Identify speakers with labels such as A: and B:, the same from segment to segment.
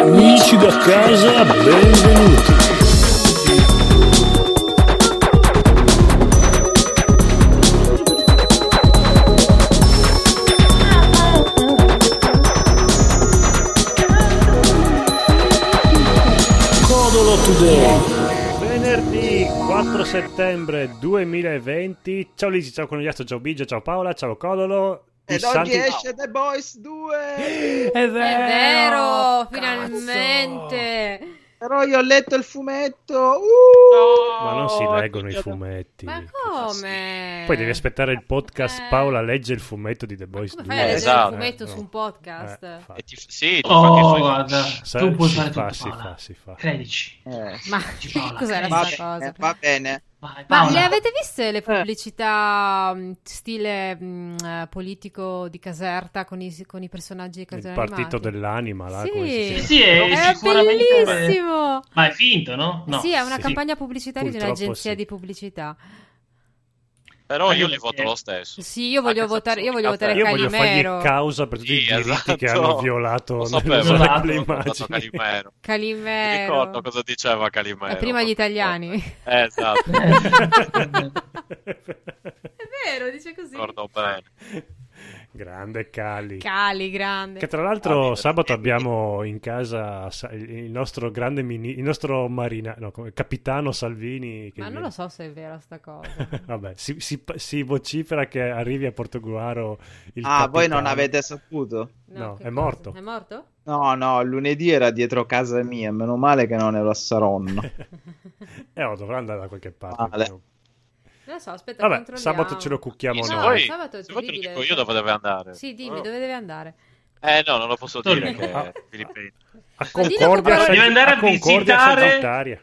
A: Amici da casa, benvenuti. Codolo Today.
B: Venerdì 4 settembre 2020. Ciao Lisi, ciao Conigliastro, ciao Biggio, ciao Paola, ciao Codolo. I
C: Ed oggi esce The Boys 2!
B: È vero!
D: È vero, finalmente.
C: Però io ho letto il fumetto! Uh!
B: Ma non si leggono i fumetti.
D: Ma come?
B: Poi devi aspettare il podcast.
D: Eh.
B: Paola legge il fumetto di The Boys
D: Come
B: 2.
D: fai a leggere
E: Esatto.
D: il fumetto su un podcast?
B: Eh, fa-
E: E ti- sì, ti fa che
F: Oh,
E: fai-
F: guarda,
B: sa-
F: tu puoi
B: si
F: fare
B: fa,
F: tutto,
B: si
F: Paola.
B: fa, si fa.
F: Credici.
C: Eh,
D: Ma
F: Ci parla.
D: cos'era
C: va,
D: sta cosa?
E: eh,
C: bene, va bene.
F: Vai,
D: Ma
F: Paola.
D: le avete viste le
E: Eh.
D: pubblicità mh, stile mh, eh, politico di Caserta con i, con i personaggi di
B: Il
D: Caserta?
B: partito dell'anima, là,
D: Sì.
B: come si chiama?
F: Sì, Eh sì, è,
D: È
F: sicuramente...
D: bellissimo!
F: Ma è finto, no? no.
D: sì, è una
B: sì.
D: campagna pubblicitaria di
B: Purtroppo
D: un'agenzia
B: sì.
D: di pubblicità.
E: però io
F: Anche
E: le voto
F: perché-
E: lo stesso.
D: Sì, io voglio
E: Anche se
D: votare, io
E: sono
D: voglio
E: di
D: votare
B: Io voglio
D: Calimero.
B: fargli causa per tutti i
E: Sì,
B: diritti
E: esatto.
B: che hanno violato
E: Lo
B: nelle
E: sapevo,
F: Violato.
B: quelle
E: ho votato
B: immagini.
E: Calimero. Mi
D: Calimero.
E: ricordo cosa diceva Calimero.
D: Eh, prima gli italiani.
E: Eh, esatto, mi
D: È vero, dice così.
E: ricordo bene.
B: Grande Cali.
D: Cali, grande.
B: Che tra l'altro
E: Ah,
B: sabato
E: eh,
B: abbiamo in casa sa- il il nostro grande mini- il nostro marina, no, come- capitano Salvini. Che
D: Ma non
B: viene-
D: lo so se è vera sta cosa.
B: Vabbè, si, si- si vocifera che arrivi a Portoguaro il
C: Ah, voi
B: capitano.
C: non avete saputo?
B: No,
D: che
B: è morto.
D: È morto?
C: No, no, lunedì era dietro casa mia, meno male che non ero a Saronno.
B: Eh, oh, dovrà andare da qualche parte.
C: Male.
B: però.
D: Non lo so, aspetta,
B: Vabbè,
D: controlliamo.
B: sabato ce lo cucchiamo
E: Sì,
D: no,
B: noi.
E: poi-
D: sabato è
E: Se vuoi te lo
D: terribile.
E: dico io dove deve andare.
D: Sì, dimmi,
E: Oh.
D: dove deve andare?
E: Eh no, non lo posso dire
F: Torino.
E: che
B: Ah.
E: è filippino.
B: A
D: Ma dillo
B: Concordia,
D: con-
B: San-
F: Devi andare a
B: Concordia
F: visitare-
B: Sant'Altaria.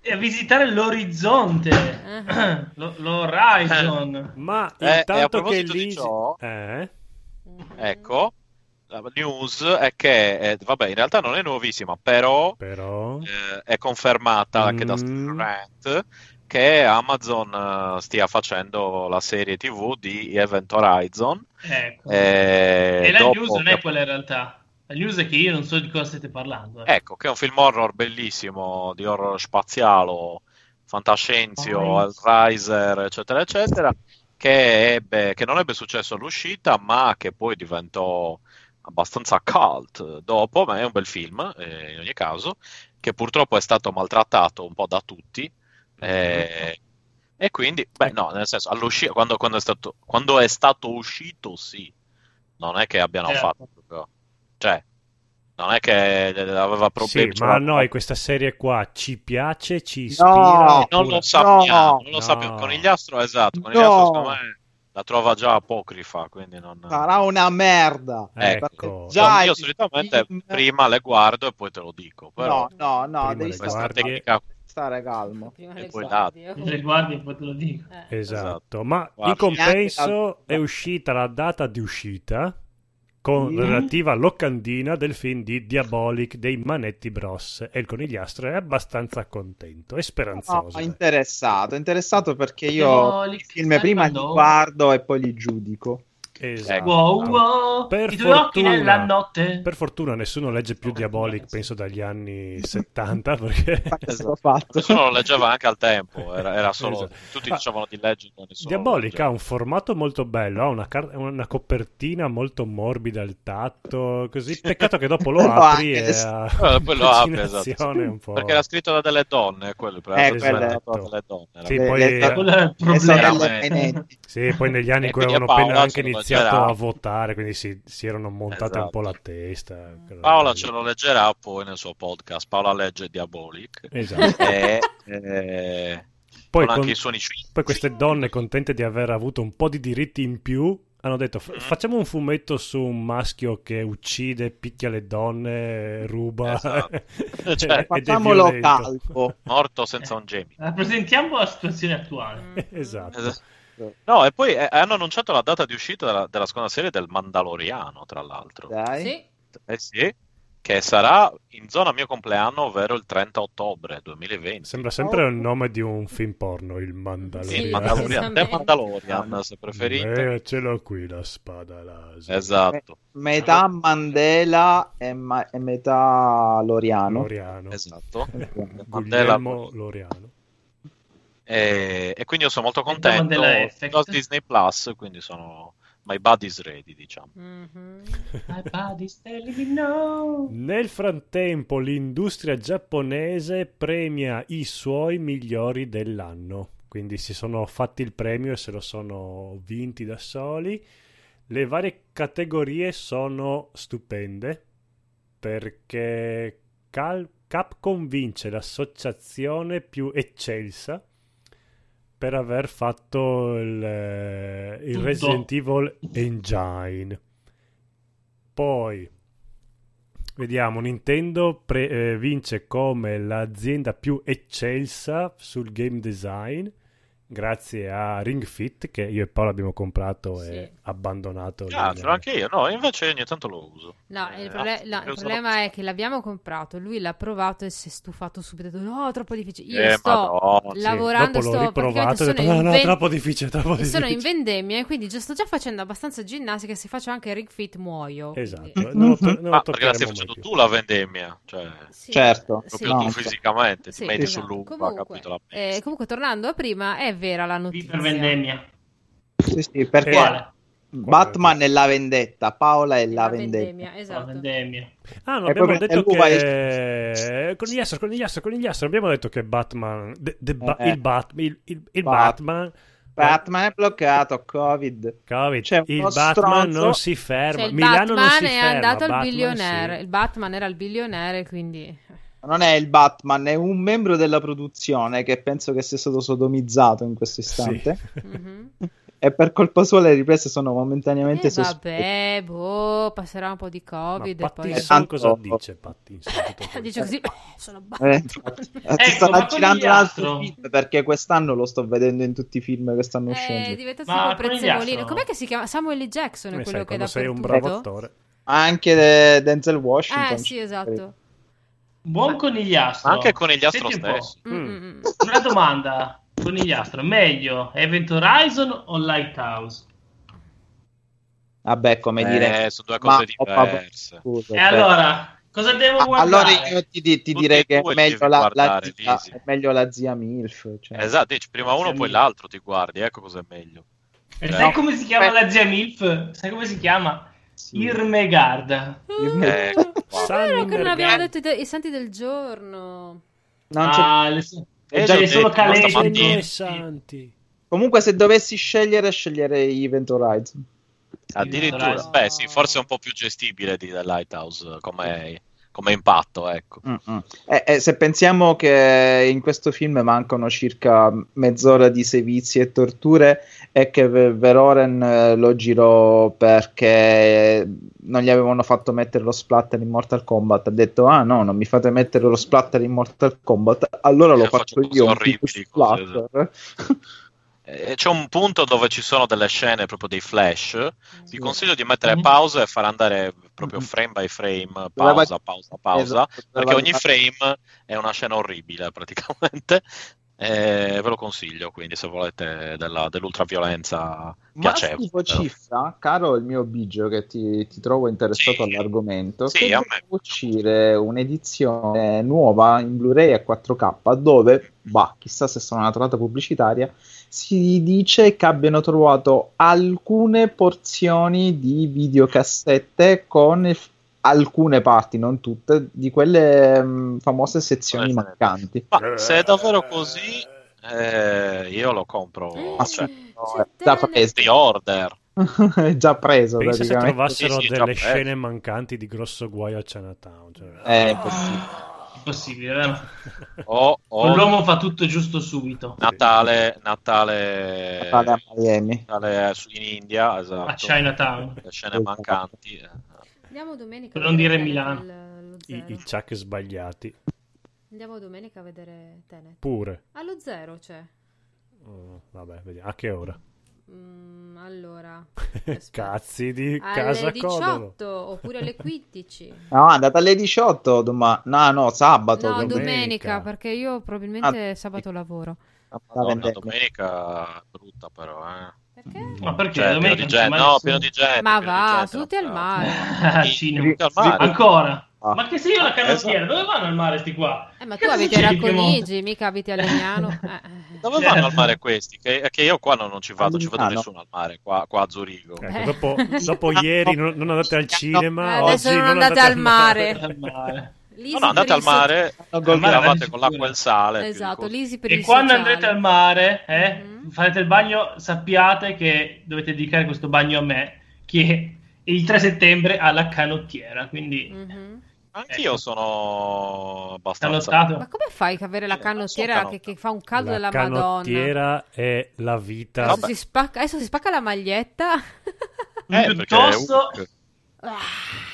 F: E a visitare l'orizzonte.
D: Eh.
F: Lo- L'horizon.
B: Ma
E: Eh, e a
B: intanto che
E: proposito di
B: lì...
E: ciò-
B: Eh?
E: Ecco, la news è che, eh, vabbè, in realtà non è nuovissima, però
B: Però...
E: eh, è confermata anche da Steve
B: Mm.
E: Grant che Amazon eh, stia facendo la serie TV di Event Horizon.
F: Ecco.
E: eh,
F: e la
E: dopo
F: news non
E: che-
F: è quella in realtà. La news è che io non so di cosa state parlando. eh.
E: Ecco, che è un film horror bellissimo, di horror spazialo, fantascienzio,
F: Poi-
E: Hellraiser, eccetera, eccetera, che, ebbe- che non ebbe successo all'uscita, ma che poi diventò abbastanza cult dopo, ma è un bel film, eh, in ogni caso, che purtroppo è stato maltrattato un po' da tutti. eh, e quindi, beh, no, nel senso, all'uscita, quando, quando è stato, quando è stato uscito, sì, non è che abbiano
F: Certo.
E: fatto proprio- Cioè, non è che aveva problemi.
B: Sì, ma a
E: cioè,
B: noi questa serie qua ci piace, ci ispira.
C: No,
E: non
B: oppure-
E: lo sappiamo, non
B: No.
E: lo sappiamo. Conigliastro, esatto, Conigliastro
C: No.
E: secondo me la trova già apocrifa, quindi non...
C: Sarà una merda!
B: Ecco.
C: Perché già
E: io
C: il
E: solitamente
C: film-
E: prima le guardo e poi te lo dico, però
C: No, no, no,
B: Prima
C: devi
B: le
C: stare,
E: questa
B: guardie-
E: tecnica...
C: stare calmo.
D: Prima
E: E
D: del
E: poi
D: guardio.
F: Le guardi e poi te lo dico.
D: Eh.
B: Esatto, ma in
E: Guarda.
B: compenso è uscita la data di uscita con
F: Mm.
B: relativa locandina del film di Diabolic dei Manetti Bros e il conigliastro è abbastanza contento e
C: No,
B: speranzoso.
C: interessato, interessato perché io
F: No, li-
C: i film prima li
F: quando-
C: guardo e poi li giudico.
B: Esatto.
F: Wow, wow.
B: Per
F: I tuoi occhi
B: fortuna-
F: nella notte.
B: Per fortuna nessuno legge più Diabolic, penso dagli anni 70 perché
C: Ma che
E: Esatto.
C: ho fatto?
E: Nessuno lo leggeva anche al tempo, era, era solo...
B: Esatto.
E: Tutti
B: Ma-
E: dicevano di leggerlo, cioè. nessuno lo
B: Diabolic ha
E: leggeva.
B: un formato molto bello, ha una, car- una copertina molto morbida al tatto, così peccato che dopo lo
C: Lo
B: apri
C: apri,
B: e
C: adesso.
B: ha
E: Eh, poi lo apri, esatto.
B: un'immaginazione un po'.
E: Perché era scritto da delle donne, quello, il
C: Eh,
E: prezzo era
C: quello.
E: dato da delle donne. era
B: Sì,
C: Le-
B: poi-
C: le-
B: eh,
F: Quello è il
C: le
F: problema.
C: sorelle
E: eh.
C: Benetti.
B: Sì, poi negli anni in
E: E
B: cui
E: quindi
B: avevano
E: Eh, Paola
B: appena anche
E: ce lo
B: iniziato
E: mangerà.
B: a votare, quindi si, si erano montate un
E: Esatto.
B: po' la testa.
E: Paola ce lo leggerà poi nel suo podcast. Paola legge Diabolic.
B: Esatto.
E: e, eh,
B: Poi,
E: con anche
B: con-
E: i suoni
B: poi queste donne contente di aver avuto un po' di diritti in più hanno detto
E: Mm.
B: "F- facciamo un fumetto su un maschio che uccide, picchia le donne, ruba.
E: Esatto.
B: ed è
E: Cioè,
C: Facciamolo
B: violento.
C: calvo.
E: morto senza un gemito.
F: Rappresentiamo la situazione attuale.
D: Mm-hmm.
B: Esatto.
E: Esatto. No, e poi eh, hanno annunciato la data di uscita della, della seconda serie del Mandaloriano, tra l'altro.
C: Dai.
D: Sì.
E: Eh sì. che sarà in zona mio compleanno, ovvero il 30 ottobre 2020.
B: Sembra sempre il nome di un film porno, il Mandalorian.
E: Sì,
D: Sì,
E: Mandalorian,
D: esattamente.
E: The Mandalorian, se preferite.
B: Eh, ce l'ho qui la spada laser.
E: Esatto,
C: Metà Mandela e, ma- e metà Loriano.
B: Loriano.
E: esatto. Mandela-
B: eh,
E: Eh,
B: Guglielmo Loriano.
E: E, e quindi io sono molto
F: Andiamo
E: contento.
F: della Effect.
E: Ho Disney Plus, quindi sono my buddy's ready, diciamo.
D: Mhm.
F: My body's telling me no.
B: Nel frattempo l'industria giapponese premia i suoi migliori dell'anno, quindi si sono fatti il premio e se lo sono vinti da soli. Le varie categorie sono stupende perché Cal- Capcom vince l'associazione più eccelsa per aver fatto il, eh, il
F: Tutto.
B: Resident Evil Engine. Poi vediamo, Nintendo pre- eh, vince come l'azienda più eccelsa sul game design grazie a Ring Fit che io e Paolo abbiamo comprato e
D: Sì.
B: abbandonato.
E: Ah,
B: lì
E: ce
B: nel-
E: l'ho anche io, no, invece ogni tanto lo uso.
D: No,
E: Eh,
D: il, proble-
E: ah,
D: no, il
E: io sono-
D: problema è che l'abbiamo comprato, lui l'ha provato e si è stufato subito. ha detto, No, troppo difficile. Io
E: Eh,
D: sto
E: madonna, sì.
D: lavorando,
B: Dopo l'ho
D: sto
B: riprovato e ho
D: praticamente
B: detto:
D: sono
B: no,
D: in
B: no,
D: ven-
B: troppo difficile, troppo difficile.
D: sono in vendemmia e quindi già sto già facendo abbastanza ginnastica. Se faccio anche rig fit, muoio.
B: Esatto,
D: Quindi-
B: eh, non lo, to-
C: Mhm.
B: non lo
E: Ah, perché la
B: toccheremo
E: stai
B: mai
E: facendo
B: più.
E: tu la vendemmia, cioè
D: Sì,
C: Certo,
D: sì.
E: proprio
C: No,
E: tu
C: cioè-
E: fisicamente,
D: Sì,
E: ti metti
D: esatto.
E: sull'uva,
D: Comunque,
E: capito la
D: eh, comunque, tornando a prima, è vera la notizia.
F: Viper vendemmia.
C: Sì, sì, perché
B: Eh,
F: Quale?
C: Batman è la vendetta, Paola è la,
D: La
C: vendetta.
D: vendemmia,
F: La
D: esatto.
F: vendemmia.
B: Ah, no,
C: È
B: abbiamo
C: proprio- è
B: detto
C: l'uva
B: che. eh, Conigliastro, conigliastro, conigliastro. Abbiamo detto che Batman. de- de- ba-
C: Eh.
B: Il, Bat- il, il, il
C: Bat-
B: Batman.
C: Batman è bloccato, Covid.
B: Covid,
C: C'è uno
B: il Batman
C: stronzo-
B: non si ferma.
D: Cioè, il
B: Milano non
D: Batman
B: si
D: è
B: ferma.
D: andato al
B: Batman
D: bilionaire.
B: sì.
D: Il Batman era il bilionaire, quindi.
C: Non è il Batman, è un membro della produzione che penso che sia stato sodomizzato in questo istante.
D: Mhm.
C: E per colpa sua le riprese sono momentaneamente
D: Eh,
C: sospese.
D: vabbè, boh, passerà un po' di Covid
B: Ma
D: e poi.
B: Pattinson
C: Tanto-
B: cosa dice? Pattinson, tutto questo?
D: Dice così, sono Batman.
C: Eh, infatti.
F: Ecco, ma
C: stanno
F: con
C: girando
F: gli altro? Eh,
C: altri film perché quest'anno lo sto vedendo in tutti i film che stanno uscendo.
D: Eh, È diventato
F: Ma
D: tipo un
F: come gli
D: prezzemolino.
F: altro?
D: Com'è che si chiama? Samuel L. Jackson è
B: Come
D: quello
B: sai,
D: che
B: quando
D: da
B: sei un bravo attore.
C: Anche eh, Denzel Washington.
D: Eh sì, esatto.
F: Buon conigliastro.
E: Ma anche con gli astro
F: Senti un po',
D: Mm,
E: stessi.
B: Mm.
D: mm, mm.
F: Una domanda, conigliastro. Meglio Event Horizon o Lighthouse?
C: Vabbè, come
E: Eh,
C: dire.
E: sono due
C: ma
E: cose
C: ho paura-
E: diverse.
C: Scusa, cioè.
F: E Eh, allora, cosa devo
C: Ah,
F: guardare?
C: allora io ti, di- ti
E: Tutti
C: direi
E: e
C: che è
E: due
C: meglio
E: devi
C: la, la
E: guardare,
C: zia,
E: Lisi.
C: è meglio la zia Milf. Cioè.
E: Esatto, dici prima uno,
F: Sì,
E: poi
F: amico.
E: l'altro ti guardi, ecco cos'è meglio.
F: E sai
E: No.
F: come si chiama
C: Beh. Mm.
F: la zia Milf? Sai come si chiama?
C: Sì.
F: Irmegard.
B: Mm.
C: Eh,
D: Ah,
E: qua.
D: vero che non
B: Sanderberg.
D: abbiamo detto i, de- i santi del giorno.
C: Non c'è-
F: Ah, le so-
E: Eh,
F: già
E: già
F: li
E: ho
F: sono
E: detto,
F: calenti.
E: questa mattina.
B: Signore santi.
C: Comunque, se dovessi scegliere, sceglierei Event Horizon.
E: Addirittura,
F: Horizon.
E: beh sì, forse è un po' più gestibile di The Lighthouse come, come impatto, ecco.
C: Eh, eh, se pensiamo che in questo film mancano circa mezz'ora di sevizi e torture, e che Ve- Veroren eh, lo girò perché non gli avevano fatto mettere lo splatter in Mortal Kombat, ha detto: Ah no, non mi fate mettere lo splatter in Mortal Kombat, allora lo
E: Eh,
C: faccio,
E: faccio cose
C: io. un
E: orribili,
C: tipo
E: cose,
C: splatter."
E: Eh, c'è un punto dove ci sono delle scene proprio dei flash. Vi consiglio di mettere
F: Mhm.
C: Mm-hmm.
E: pausa e far andare proprio
C: Mhm.
E: frame by frame,
C: Doveva-
E: pausa, pausa, pausa,
C: Esatto,
E: perché
C: doveva-
E: ogni frame è una scena orribile praticamente. Eh, ve lo consiglio quindi se volete della, dell'ultraviolenza
C: Ma
E: piacevole.
C: tipo cifra, caro il mio Bigio che ti, ti trovo interessato
E: Sì.
C: all'argomento,
E: Sì,
C: che
E: a
C: deve
E: me.
C: uscire un'edizione nuova in Blu-ray a 4K dove, bah, chissà se sono una trovata pubblicitaria, si dice che abbiano trovato alcune porzioni di videocassette con il- alcune parti, non tutte, di quelle mh, famose sezioni
E: Queste.
C: mancanti.
E: Ma se è davvero così, eh, io lo compro.
C: Ah,
D: Eh,
E: Cioè,
D: c'è
C: già
D: Tenet.
C: preso,
E: the order.
C: è già preso
B: Pensa se
C: praticamente.
B: trovassero
E: Sì, sì,
B: delle
E: già preso.
B: scene mancanti di grosso guaio a Chinatown. cioè-
C: È impossibile.
F: Impossibile, vero?
E: O, o
F: L'uomo fa tutto giusto subito.
E: Natale, Natale,
C: Vado a Miami.
E: Natale su- in India, esatto.
F: A Chinatown.
E: Le scene mancanti. eh.
D: Andiamo domenica.
F: Per
D: a
F: non
D: vedere
F: dire
D: Tenet al- allo
B: I, i
D: zero.
B: chuck sbagliati.
D: Andiamo domenica a vedere Tenet.
B: Pure.
D: Allo zero c'è.
B: Mm, vabbè, vediamo. A che ora?
D: Mm, Allora,
B: Cazzi di
D: alle
B: Casa
D: 18
B: Codolo.
D: oppure alle 15.
C: No, è andata alle 18 domani. No, no, sabato.
D: No,
C: domenica.
D: domenica, perché io probabilmente
C: Ah,
D: sabato lavoro.
E: Madonna, domenica è brutta però, eh.
D: Perché?
F: Ma perché?
E: Cioè, pieno
F: Domenica
E: di
F: non
E: gente,
F: c'è mai
E: no,
F: nessuno.
E: pieno di gente.
D: Ma
E: pieno di
D: va,
E: gente,
D: tutti al
E: no.
D: mare.
F: Ah,
E: Sì,
F: cinema.
E: tutti al mare.
F: Ancora.
C: Ah.
F: Ma che se io la canottiera,
E: Esatto.
F: dove vanno al mare sti qua?
D: Eh, ma tu
F: Che cosa
D: abiti
F: c'è
D: a
F: in Piemonte?
D: Racconigi, mica abiti a Legnano. Eh,
E: Dove
F: Certo.
E: vanno al mare questi? Che, che io qua non, non ci vado, ci vado
C: Lontano.
E: nessuno al mare, qua, qua a Zurigo.
D: Eh.
B: Ecco, dopo, dopo ieri non, non andate al cinema,
D: Eh, adesso
B: oggi
D: non andate al
B: Eh.
D: mare.
F: Al mare.
D: Lì
E: No,
D: si
E: no, andate al
D: per i
E: mare,
C: Al
E: vi
C: mare
E: lavate
F: vai
E: con
F: sicuro.
E: l'acqua e il sale.
D: so-
E: più di
D: Esatto,
E: così.
D: lì si per
F: E
D: i
F: quando
D: sociali.
F: andrete al mare, eh,
D: Mhm.
F: farete il bagno, sappiate che dovete dedicare questo bagno a me, che il 3 settembre ha la canottiera, quindi
D: Mhm.
E: Anch'io sono abbastanza...
D: Ma
F: canottato.
D: come fai che avere la
E: Sì, Eh, non so
D: canottiera che,
E: canotta.
D: che fa un caldo
B: la
D: della Madonna?
B: canottiera è la vita.
D: Adesso
E: Vabbè.
D: si, spacca, adesso si spacca la maglietta.
E: Eh, perché
F: Piuttosto-
E: uh,
D: Ah,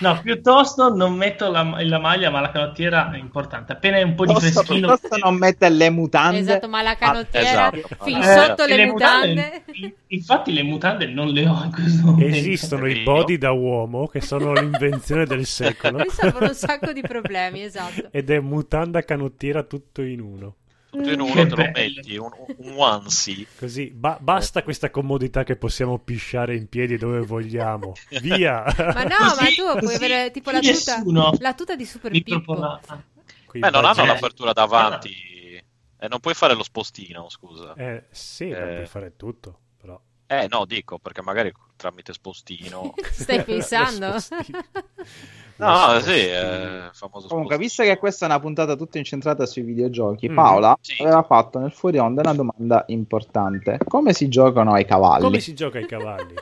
F: No, piuttosto non metto la, la maglia, ma la canottiera è importante. Appena è un po' di
C: Posso,
F: freschino...
C: posso non mettere le mutande?
D: esatto, ma la canottiera
E: esatto.
D: fin
E: Eh,
D: sotto
F: e
D: le, mutande.
F: in- infatti le mutande non le ho in questo momento.
B: Esistono i
E: Io?
B: body da uomo che sono l'invenzione del secolo
D: Risolvono un sacco di problemi, esatto.
B: ed è mutanda canottiera tutto in uno.
E: tutto in uno
F: Che
E: te lo
F: bello.
E: metti, un, un onesie.
B: Così ba- basta questa comodità che possiamo pisciare in piedi dove vogliamo. Via!
D: Ma no,
F: Così-
D: ma tu puoi
F: così
D: avere tipo la tuta,
F: nessuno
D: la tuta di Super
F: mi
D: Pippo.
F: proporrà-
B: Qui
E: Beh, non
B: baggi-
E: hanno
F: Eh.
E: l'apertura davanti e Cioè, eh, non puoi fare lo spostino, scusa.
B: Eh, sì, ma
E: Eh.
B: puoi fare tutto, però.
E: Eh, no, dico, perché magari tramite spostino...
D: Stai pensando?
B: Lo spostino.
E: No,
B: Lo
E: no, sì,
B: spostino.
E: eh, famoso
C: Comunque,
E: spostino.
C: visto che questa è una puntata tutta incentrata sui videogiochi,
B: Mm.
C: Paola
E: Sì.
C: aveva fatto nel fuori onda una domanda importante: come si giocano ai cavalli?
B: Come si gioca ai cavalli?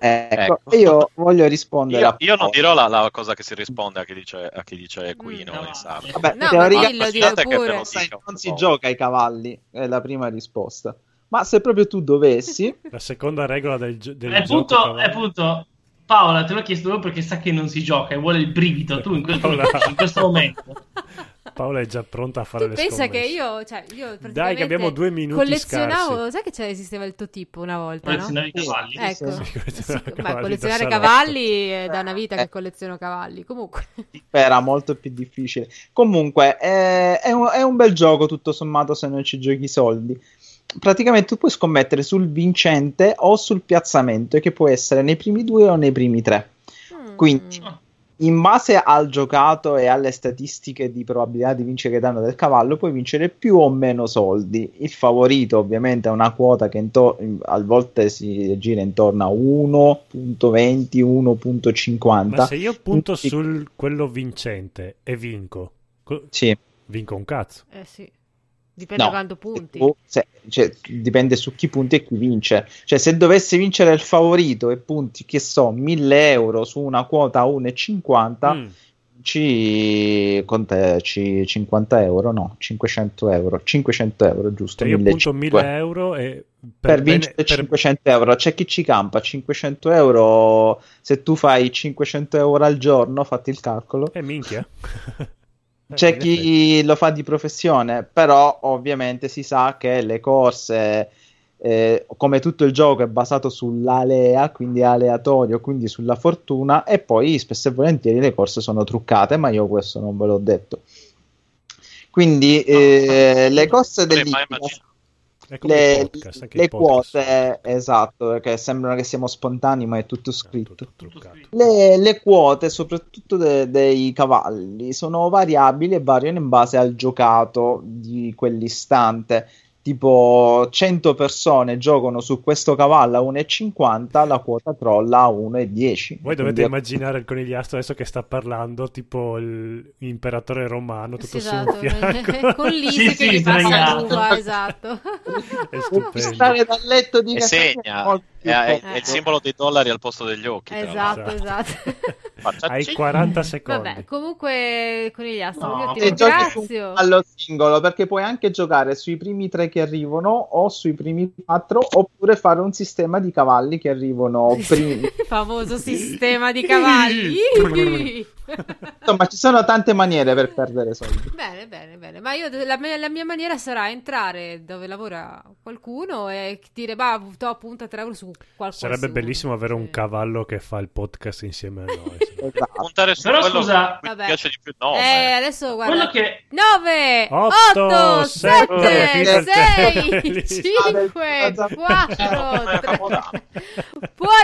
C: Ecco,
E: Ecco.
C: io voglio rispondere.
E: Io,
C: a
E: io non
C: Paola.
E: dirò la, la cosa che si risponde a chi dice, a chi dice equino
D: Mm,
F: no. eh.
E: in sardo.
C: Vabbè,
D: No, ma
C: teorica-
D: dillo, dillo
E: Aspettate che
D: pure.
E: ve lo
C: sai,
E: dico.
C: non si gioca ai cavalli, è la prima risposta. Ma se proprio tu dovessi,
B: La seconda regola del, gio- del
F: è
B: gioco
F: punto,
B: cavalli.
F: è punto. Paola te l'ho chiesto io perché sa che non si gioca e vuole il brivito tu in questo,
B: Paola.
F: in questo momento
B: Paola è già pronta a fare
D: tu
B: le
D: pensa
B: scommesse.
D: che io, cioè, io praticamente
B: Dai, che abbiamo due minuti
D: collezionavo,
B: scarsi.
D: sai che c'era, esisteva il tuo tipo una volta, Ah, no?
F: collezionare i cavalli
C: Eh,
D: Ecco,
C: Sì,
B: sì,
D: Sì,
B: collezionare
D: ma
B: cavalli
D: collezionare
B: da salotto.
D: cavalli è da una vita
C: Eh.
D: che colleziono cavalli. Comunque,
C: era molto più difficile. Comunque, eh, è, un, è un bel gioco, tutto sommato, se non ci giochi i soldi. Praticamente tu puoi scommettere sul vincente o sul piazzamento, che può essere nei primi due o nei primi tre.
D: Mm.
C: Quindi,
F: Ah.
C: in base al giocato e alle statistiche di probabilità di vincere che danno del cavallo, puoi vincere più o meno soldi. Il favorito, ovviamente, è una quota che into- in- a volte si gira intorno a 1.20, 1.50.
B: Ma se io punto
C: Sì.
B: sul quello vincente e vinco, co-
C: Sì.
B: vinco un cazzo.
D: eh sì, dipende
C: No.
D: da quanto punti.
C: O se- cioè, dipende su chi punti e chi vince. Cioè, se dovesse vincere il favorito e punti, che so, 1000 euro su una quota a 1,50,
B: Mm.
C: ci, quant'è? Ci- 50 euro, no, 500 euro, 500 euro, giusto?
B: Cioè io punto
C: 1500.
B: 1000 euro e
C: Per,
B: bene-
C: vincere
B: per-
C: 500 euro c'è chi ci campa 500 euro se tu fai 500 euro al giorno fatti il calcolo
B: Eh, minchia. Eh,
C: c'è
B: in effetti.
C: chi lo fa di professione, però ovviamente si sa che le corse, eh, come tutto il gioco, è basato sull'alea, quindi aleatorio, quindi sulla fortuna, e poi spesso e volentieri le corse sono truccate, ma io questo non ve l'ho detto. Quindi eh, le corse
E: Non l'hai mai
C: dell'Ippica
E: immaginato.
B: È come
C: le,
B: il podcast, anche
C: le
B: il podcast. Ah,
C: quote, esatto, che sembrano che siamo spontanei, ma è tutto
B: Tutto
C: scritto.
B: truccato.
C: Le, le quote, soprattutto de- dei cavalli, sono variabili e variano in base al giocato di quell'istante. Tipo 100 persone giocano su questo cavallo a 1,50, la quota crolla a 1,10.
B: Voi dovete
C: Quindi-
B: immaginare il conigliastro adesso che sta parlando tipo l'imperatore romano tutto
D: Sì, esatto.
B: su un fianco.
D: con l'isi
F: Sì,
D: che
F: sì,
D: gli passa
F: sdraiato.
D: l'uva, esatto.
B: È stupendo.
C: Stare dal letto di
E: E
C: casa mia è
E: segna, Eh,
C: molto
E: è, è-
D: più
E: è il
D: poco.
E: simbolo dei dollari al posto degli occhi. tra l'altro.
D: esatto, esatto.
E: Faccia
B: Hai
E: cin-
B: 40 secondi.
D: Vabbè, comunque Conigliastro,
F: No,
D: io ti
F: se
C: E giochi
D: ringrazio.
C: tu allo singolo perché puoi anche giocare sui primi tre che arrivano o sui primi quattro oppure fare un sistema di cavalli che arrivano prima.
D: Famoso sistema di cavalli.
C: Insomma, ci sono tante maniere per perdere soldi.
D: Bene, bene, bene. Ma io la, mia- la mia maniera sarà entrare dove lavora qualcuno e dire, bah, to, punta 3 euro su qualcosa.
B: Sarebbe bellissimo avere un cavallo che fa il podcast insieme a noi. sì.
C: Esatto.
E: Puntare su
F: Però,
E: quello
F: scusa,
E: che mi
D: vabbè.
E: piace di più. No,
D: eh,
E: eh.
D: adesso
F: Quello
D: guarda.
F: che
D: 9,
B: Otto,
D: 8,
B: sette,
D: 7,
B: finito il
D: 6,
B: tempo.
F: Ah,
D: 5,
C: Vabbè,
D: 4,
E: Capodanno.
D: 3. Buona